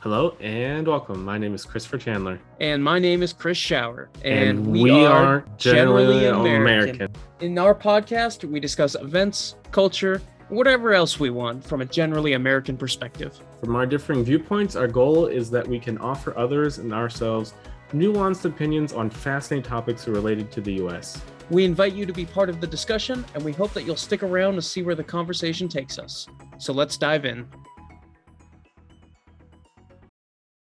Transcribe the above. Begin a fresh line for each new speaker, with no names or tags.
Hello and welcome. My name is Christopher Chandler.
And my name is Chris Shower. And, we, are, generally American. In our podcast, we discuss events, culture, whatever else we want from a generally American perspective.
From our differing viewpoints, our goal is that we can offer others and ourselves nuanced opinions on fascinating topics related to the U.S.
We invite you to be part of the discussion, and we hope that you'll stick around to see where the conversation takes us. So let's dive in.